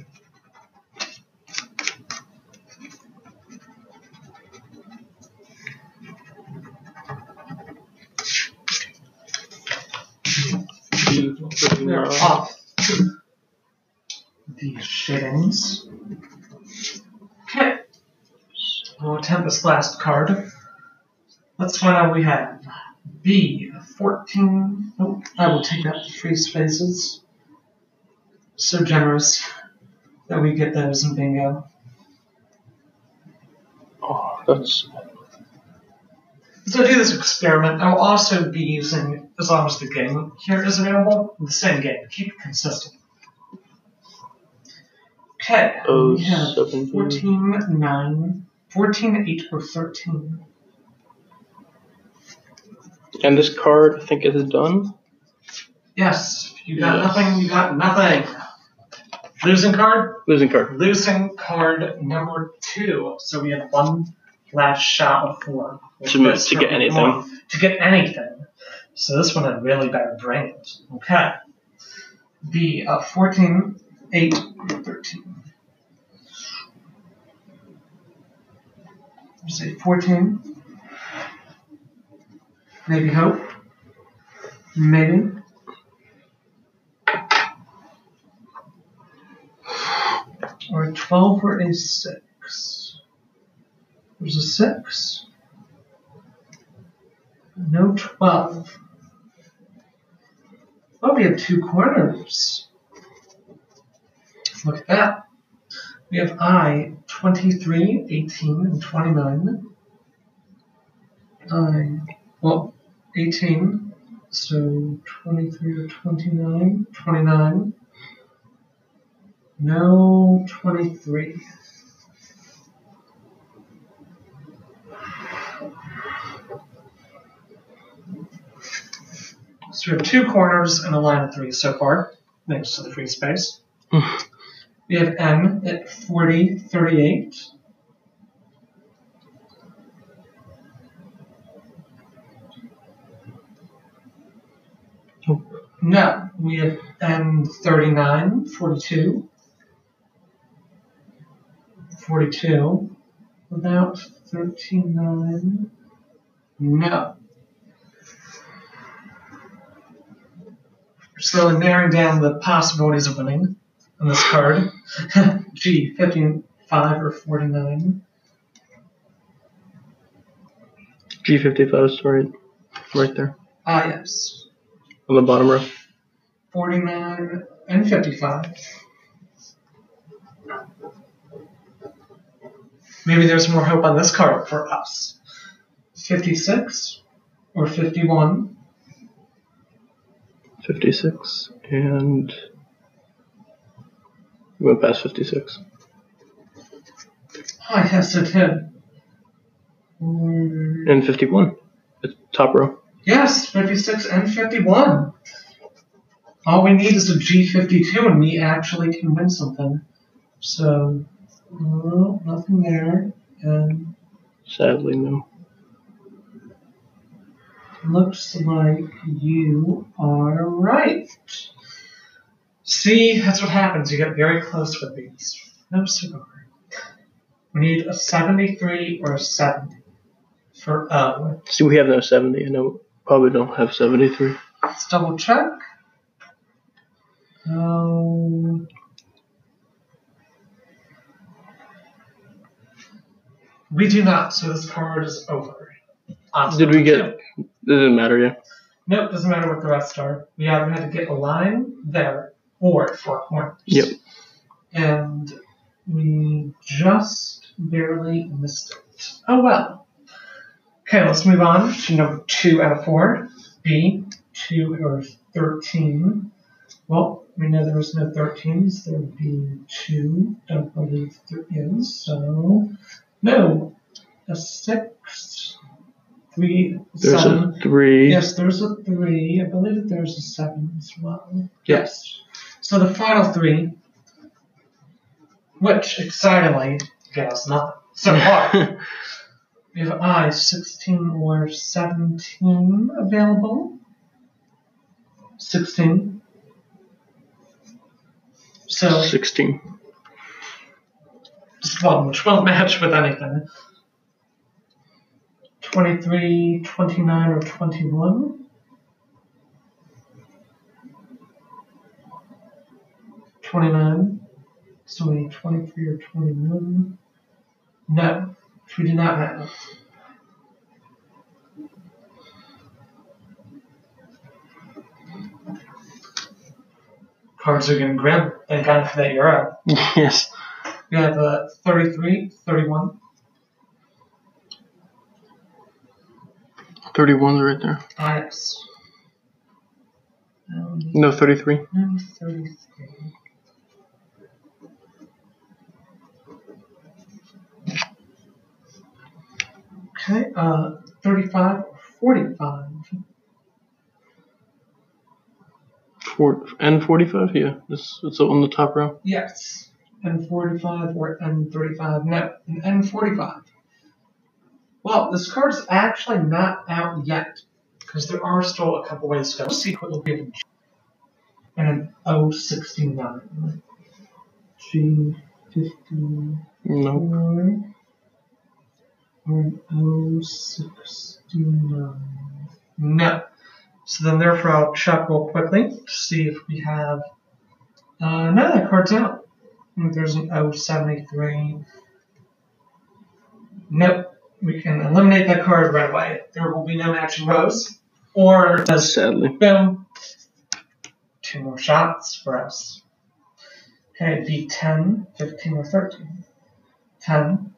Speaker 2: They're
Speaker 4: G49.
Speaker 2: off. These shittings. Okay. We'll attempt this last Oh, card. Let's find out what we have. B, 14. Nope, I will take out the free spaces. So generous that we get those in bingo.
Speaker 4: Oh, that's
Speaker 2: As I do this experiment, I will also be using, as long as the game here is available, the same game. Keep it consistent. Okay,
Speaker 4: oh
Speaker 2: we have
Speaker 4: seventeen.
Speaker 2: 14, 9, 14, 8, or 13.
Speaker 4: And this card, I think, is done.
Speaker 2: Yes, if you got
Speaker 4: Yes.
Speaker 2: nothing, you got nothing. Losing card?
Speaker 4: Losing card.
Speaker 2: Losing card number 2. So we have one last shot of four.
Speaker 4: To mo- to get
Speaker 2: One.
Speaker 4: anything.
Speaker 2: To get anything. So this one had really bad brains. Okay. The uh, 14, 8, 13. You say 14. Maybe hope. Maybe. Or 12 or a 6. There's a 6. No 12. Well, we have two corners. Look at that. We have I 23, 18, and 29. I, well, 18, so 23 to 29, 29. No, 23. So we have two corners and a line of three so far, next to the free space. we have M at 40, 38.
Speaker 4: Oh.
Speaker 2: No, we have M 39, 42. 42. Without 139. No. We're slowly narrowing down the possibilities of winning on this card. Gee, 55 or 49.
Speaker 4: G55 is right, right there
Speaker 2: Ah, yes.
Speaker 4: on the bottom row.
Speaker 2: 49 and 55. Maybe there's more hope on this card for us. 56 or 51.
Speaker 4: 56 and we went past 56.
Speaker 2: I yes, it did. Mm,
Speaker 4: And 51. It's top row.
Speaker 2: Yes, 56 and 51. All we need is a G52 and we actually can win something. So, no, nothing there. And
Speaker 4: Sadly, no.
Speaker 2: looks like you are right. See, that's what happens. You get very close with these. No cigar. We need a 73 or a 70 for uh, O.
Speaker 4: See, we have no 70. I know probably don't have 73.
Speaker 2: Let's double check. Um, we do not, so this card is over. On
Speaker 4: Did
Speaker 2: turn
Speaker 4: we get-
Speaker 2: two.
Speaker 4: Doesn't matter, yeah.
Speaker 2: Nope, doesn't matter what the rest are. We either had to get a line there or four corners.
Speaker 4: Yep.
Speaker 2: And we just barely missed it. Oh well. Okay, let's move on to number two out of four. B, two or thirteen. Well, we know there was no thirteens. There would be two. Don't believe there is. So no, a six, three,
Speaker 4: There's
Speaker 2: seven.
Speaker 4: a 3.
Speaker 2: Yes, there's a three. I believe that there's a seven as well.
Speaker 4: Yep.
Speaker 2: Yes. So the final three, which excitingly get us nothing so far. we have I sixteen or seventeen available. Sixteen. So
Speaker 4: 16.
Speaker 2: just one, which won't match with anything. 23, 29, or 21. Twenty-nine. So we need twenty-three or twenty-one. No, we do not have. Cards are getting grim. Thank God for that euro.
Speaker 4: yes.
Speaker 2: We have uh, 33, 31.
Speaker 4: 31's right there.
Speaker 2: Ah, yes. Um,
Speaker 4: No, 33.
Speaker 2: no, 33. Okay, uh, 35 or 45.
Speaker 4: Four, and 45? Yeah. It's, it's on the top row.
Speaker 2: Yes. N45 or N35. No, an N45. Well, this card's actually not out yet, because there are still a couple ways to go. Secret will be in and an 069. G 59
Speaker 4: No.
Speaker 2: or an 069. No. So then, therefore, I'll check real quickly to see if we have. Uh, no, that card's out. I think There's an 073. Nope. We can eliminate that card right away. There will be no matching rows. Or does
Speaker 4: Sadly.
Speaker 2: Boom. Two more shots for us. Okay, be 10, 15, or 13. 10.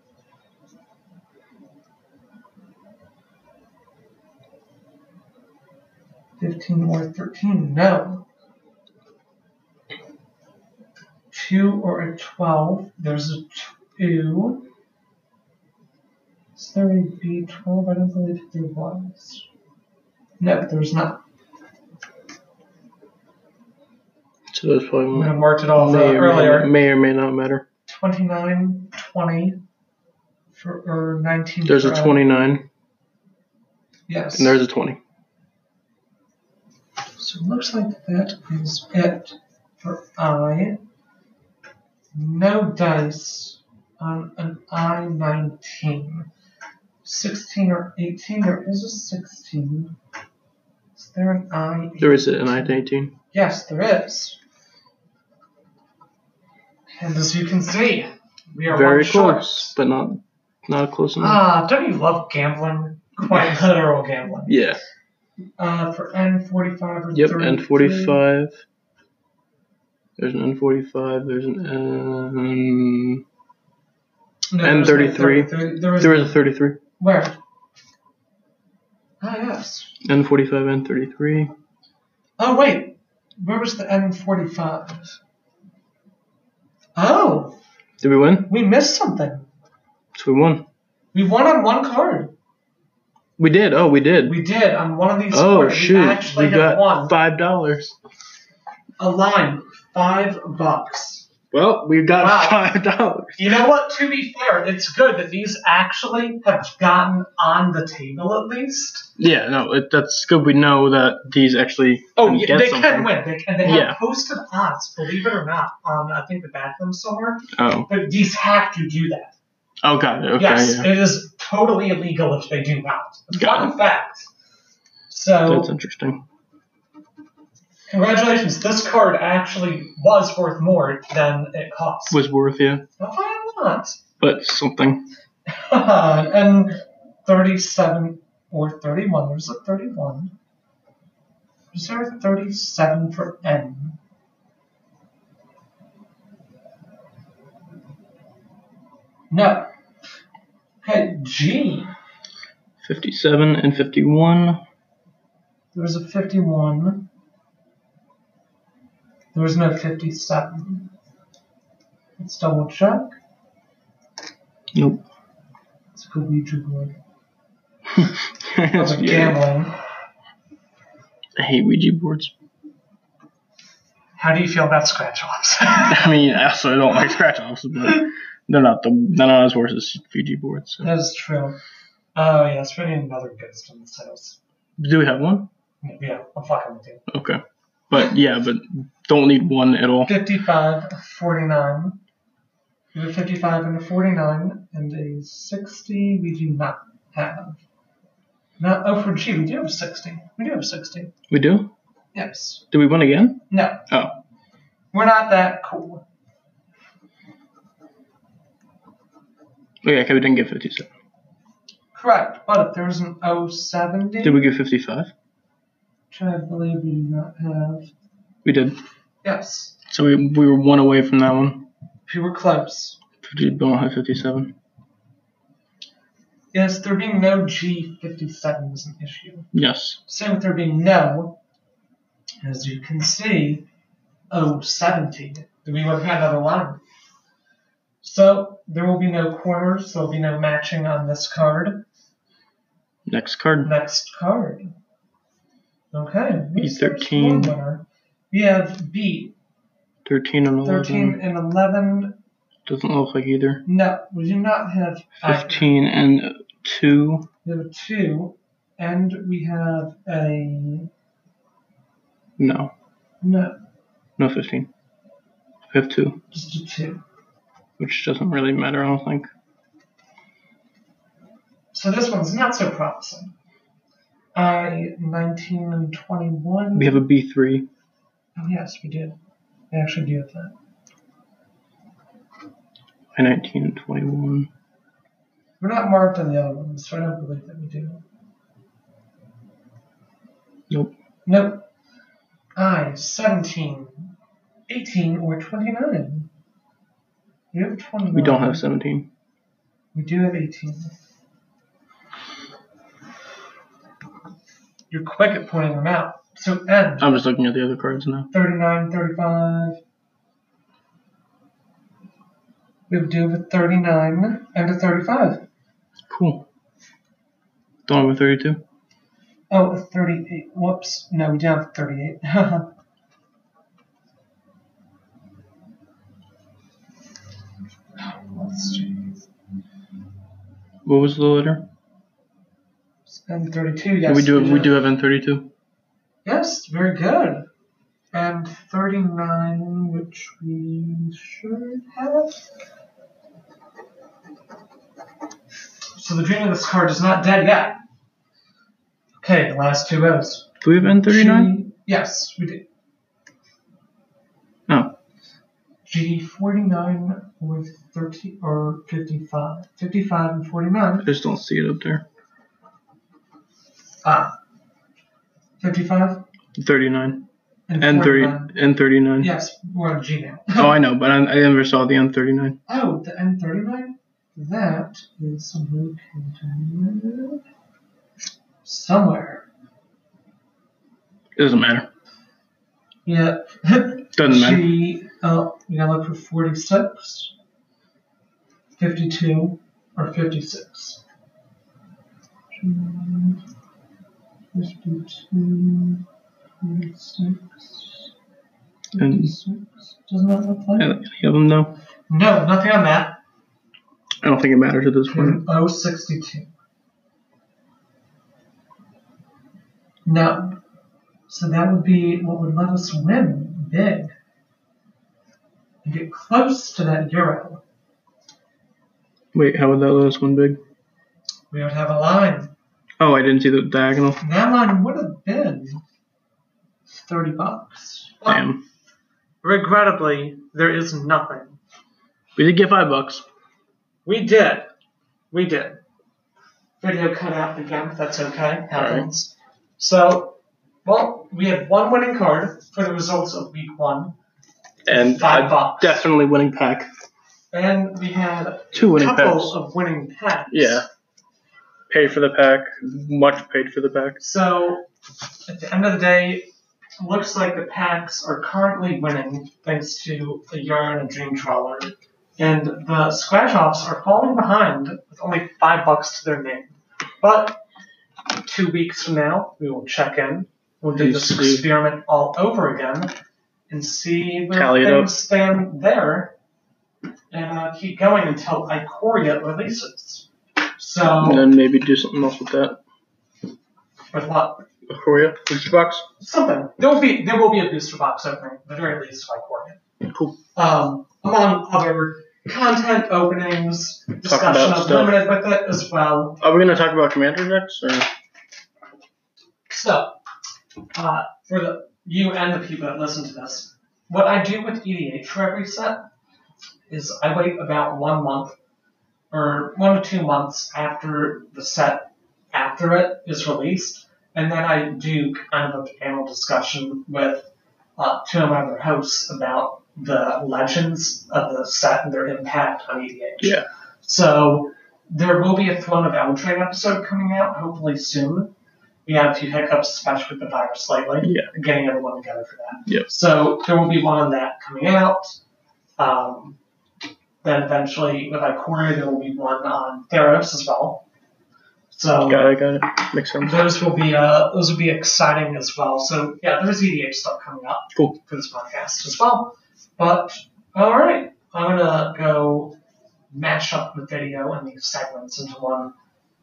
Speaker 2: Fifteen or thirteen, no. Two or a twelve, there's a two. Is there a B twelve? I don't believe there was. No, there's not.
Speaker 4: So those probably
Speaker 2: I
Speaker 4: may,
Speaker 2: marked it off uh,
Speaker 4: may or may,
Speaker 2: earlier.
Speaker 4: not- may or may not matter.
Speaker 2: 29, 20, for, or 19.
Speaker 4: There's
Speaker 2: for,
Speaker 4: a
Speaker 2: uh,
Speaker 4: 29
Speaker 2: Yes.
Speaker 4: and there's a 20.
Speaker 2: so it looks like that is it for I. No dice on an I 19. 16 or 18. There is a 16. Is there an I?
Speaker 4: There is an I-18.
Speaker 2: Yes, there is. And as you can see, we are
Speaker 4: Very
Speaker 2: one short.
Speaker 4: close, but not not close enough.
Speaker 2: Ah, don't you love gambling? Quite literal gambling.
Speaker 4: yeah.
Speaker 2: Uh, for N45 or
Speaker 4: Yep.
Speaker 2: 33.
Speaker 4: N45. There's an N45. There's an N.
Speaker 2: No, there was no
Speaker 4: N33.
Speaker 2: 33. There was,
Speaker 4: There is a 33.
Speaker 2: where? Ah, yes.
Speaker 4: N45. N33.
Speaker 2: Oh, wait. Where was the N45? Oh,
Speaker 4: Did we win?
Speaker 2: we missed something.
Speaker 4: So we won.
Speaker 2: We won on one card.
Speaker 4: We did. Oh, we did.
Speaker 2: We did on one of these
Speaker 4: oh
Speaker 2: cards.
Speaker 4: shoot!
Speaker 2: We actually
Speaker 4: we
Speaker 2: have
Speaker 4: got
Speaker 2: won.
Speaker 4: five dollars.
Speaker 2: A line, five bucks.
Speaker 4: Well, we got
Speaker 2: Wow.
Speaker 4: five dollars.
Speaker 2: You know what? To be fair, it's good that these actually have gotten on the table at least.
Speaker 4: Yeah. No, it, that's good. We know that these actually.
Speaker 2: Oh,
Speaker 4: can
Speaker 2: yeah,
Speaker 4: get
Speaker 2: they
Speaker 4: something.
Speaker 2: can win. They can. They have
Speaker 4: Yeah.
Speaker 2: posted odds, believe it or not, on I think the back of them somewhere.
Speaker 4: Oh.
Speaker 2: But these have to do that.
Speaker 4: Oh, got it. Okay.
Speaker 2: yes,
Speaker 4: Yeah.
Speaker 2: it is totally illegal if they do not.
Speaker 4: Got
Speaker 2: Fun fact. So,
Speaker 4: That's interesting.
Speaker 2: congratulations. This card actually was worth more than it cost.
Speaker 4: Was worth yeah,
Speaker 2: No, I'm not.
Speaker 4: but something.
Speaker 2: and 37 or 31. There's a 31. Is there a 37 for N? No. Okay, G.
Speaker 4: Fifty-seven and fifty-one.
Speaker 2: There was a 51. There was no 57. Let's double check.
Speaker 4: Nope.
Speaker 2: It's a good Ouija board.
Speaker 4: That's
Speaker 2: Of
Speaker 4: weird.
Speaker 2: gambling.
Speaker 4: I hate Ouija boards.
Speaker 2: How do you feel about scratch offs?
Speaker 4: I mean, I also don't like scratch offs, but they're not the they're not as worse as Ouija boards. So.
Speaker 2: That is true. Oh yes, we need another ghost in this house.
Speaker 4: Do we have one?
Speaker 2: Yeah, I'm fucking with you.
Speaker 4: Okay, but yeah, but don't need one at all.
Speaker 2: 55, 49. We have a 55 and a 49, and a 60 we do not have. No, oh, for G, we do have 60. We do have 60.
Speaker 4: We do.
Speaker 2: Yes.
Speaker 4: Do we win again?
Speaker 2: No,
Speaker 4: Oh,
Speaker 2: we're not that cool.
Speaker 4: okay. okay, Oh, we didn't get fifty-seven.
Speaker 2: Correct, but if there's an 070,
Speaker 4: Did we get fifty-five?
Speaker 2: which I believe we do not have.
Speaker 4: We did.
Speaker 2: Yes,
Speaker 4: So we we were one away from that one.
Speaker 2: if you were close.
Speaker 4: Fifty. We don't have fifty-seven.
Speaker 2: Yes, there being no G57 is an issue.
Speaker 4: Yes.
Speaker 2: Same with there being no, as you can see, oh, 70. We would have had another line. So there will be no corners, there will be no matching on this card.
Speaker 4: Next card.
Speaker 2: Next card. Okay. who's the first
Speaker 4: B13.
Speaker 2: one winner? We have B,
Speaker 4: Thirteen and eleven.
Speaker 2: 13 and 11.
Speaker 4: Doesn't look like either.
Speaker 2: No, we do not have I.
Speaker 4: Fifteen and two.
Speaker 2: We have a two, and we have a
Speaker 4: No,
Speaker 2: no,
Speaker 4: no fifteen. We have two,
Speaker 2: just a two.
Speaker 4: which doesn't really matter. I don't think.
Speaker 2: So this one's not so promising. I nineteen and twenty-one.
Speaker 4: We have a B three.
Speaker 2: oh yes, we did. We actually do have that.
Speaker 4: I nineteen and twenty one.
Speaker 2: We're not marked on the other ones, so I don't believe that we do.
Speaker 4: Nope.
Speaker 2: Nope. I 17, 18, or 29. You have 29.
Speaker 4: We don't have seventeen.
Speaker 2: We do have 18. You're quick at pointing them out. So N,
Speaker 4: I'm just looking at the other cards now.
Speaker 2: 39, 35. We do have a 39 and a 35.
Speaker 4: Cool. Don't have a thirty two.
Speaker 2: Oh, a 38. Whoops. No, we don't have 38. Let's see.
Speaker 4: What was the letter?
Speaker 2: And 32, yes.
Speaker 4: we do. We do have N thirty two.
Speaker 2: Yes, very good. And 39, which we should have. So the dream of this card is not dead yet. Okay, the last two rows.
Speaker 4: Do we have N thirty nine?
Speaker 2: G- Yes, we did.
Speaker 4: No.
Speaker 2: G forty nine with thirty or fifty five. Fifty five and forty
Speaker 4: I
Speaker 2: nine.
Speaker 4: just don't see it up there.
Speaker 2: Ah. Fifty five
Speaker 4: Thirty nine.
Speaker 2: and,
Speaker 4: N thirty.
Speaker 2: 49.
Speaker 4: N thirty nine.
Speaker 2: Yes, we're on G now.
Speaker 4: Oh, I know, but I, I never saw the N thirty nine.
Speaker 2: Oh, the N thirty nine? That is located somewhere.
Speaker 4: It doesn't matter.
Speaker 2: Yeah.
Speaker 4: Doesn't matter.
Speaker 2: She, oh, you gotta look for 46, 52, or 56. 52, 46,
Speaker 4: And-
Speaker 2: 56. Doesn't that look like
Speaker 4: Any of them though?
Speaker 2: No, nothing on that.
Speaker 4: I don't think it matters at this point.
Speaker 2: And 062. No. So that would be what would let us win big. And get close to that euro.
Speaker 4: Wait, how would that let us win big?
Speaker 2: We would have a line.
Speaker 4: Oh, I didn't see the diagonal.
Speaker 2: And that line would have been 30 bucks.
Speaker 4: Damn.
Speaker 2: Regrettably, there is nothing.
Speaker 4: We did get five bucks.
Speaker 2: We did. We did. Video cut out again, if that's okay. Happens. So, well, we had one winning card for the results of week one.
Speaker 4: And
Speaker 2: Five
Speaker 4: I-
Speaker 2: bucks.
Speaker 4: definitely winning pack.
Speaker 2: And we had a
Speaker 4: Two winning
Speaker 2: couple
Speaker 4: packs.
Speaker 2: of winning packs.
Speaker 4: Yeah. Paid for the pack. Much paid for the pack.
Speaker 2: So, at the end of the day, looks like the packs are currently winning thanks to a yarn and a dream trawler. And the scratch offs are falling behind with only five bucks to their name. But two weeks from now, we will check in. We'll do
Speaker 4: You
Speaker 2: this
Speaker 4: see.
Speaker 2: experiment all over again and see where
Speaker 4: Tally it
Speaker 2: things
Speaker 4: up.
Speaker 2: stand there and uh, keep going until Ikoria releases.
Speaker 4: And
Speaker 2: So,
Speaker 4: then maybe do something else with that.
Speaker 2: with luck.
Speaker 4: Aquaria? Booster box?
Speaker 2: something. There will be there will be a booster box opening, at the very least by Corbin.
Speaker 4: Cool.
Speaker 2: Um, among other content openings, discussion
Speaker 4: about
Speaker 2: of
Speaker 4: stuff.
Speaker 2: limited with it as well.
Speaker 4: Are we going to talk about commander next? Or?
Speaker 2: So, uh, for the you and the people that listen to this, what I do with EDH for every set is I wait about one month or one to two months after the set after it is released, and then I do kind of a panel discussion with uh, two of my other hosts about the legends of the set and their impact on E EDH.
Speaker 4: Yeah.
Speaker 2: So there will be a Throne of Eldraine episode coming out hopefully soon. We had a few hiccups, especially with the virus lately.
Speaker 4: Yeah.
Speaker 2: Getting everyone together for that.
Speaker 4: Yep.
Speaker 2: So there will be one on that coming out. Um, then eventually with Ikoria, there will be one on Theros as well. So
Speaker 4: Got it, got it. Makes sense.
Speaker 2: those will be uh, those will be exciting as well. So yeah, there's EDH stuff coming up
Speaker 4: Cool.
Speaker 2: for this podcast as well. But all right, I'm gonna go mash up the video and these segments into one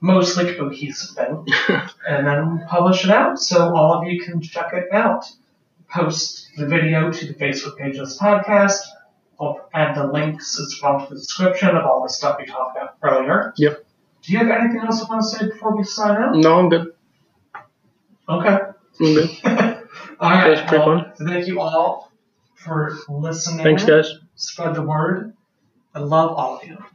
Speaker 2: mostly cohesive thing, and then we'll publish it out so all of you can check it out. Post the video to the Facebook page of this podcast. I'll add the links as well to the description of all the stuff we talked about earlier.
Speaker 4: Yep.
Speaker 2: Do you have anything else you want to say before we sign out?
Speaker 4: No, I'm good.
Speaker 2: Okay.
Speaker 4: I'm good.
Speaker 2: All right.
Speaker 4: was pretty
Speaker 2: well, Thank you all for listening.
Speaker 4: Thanks, guys.
Speaker 2: Spread the word. I love all of you.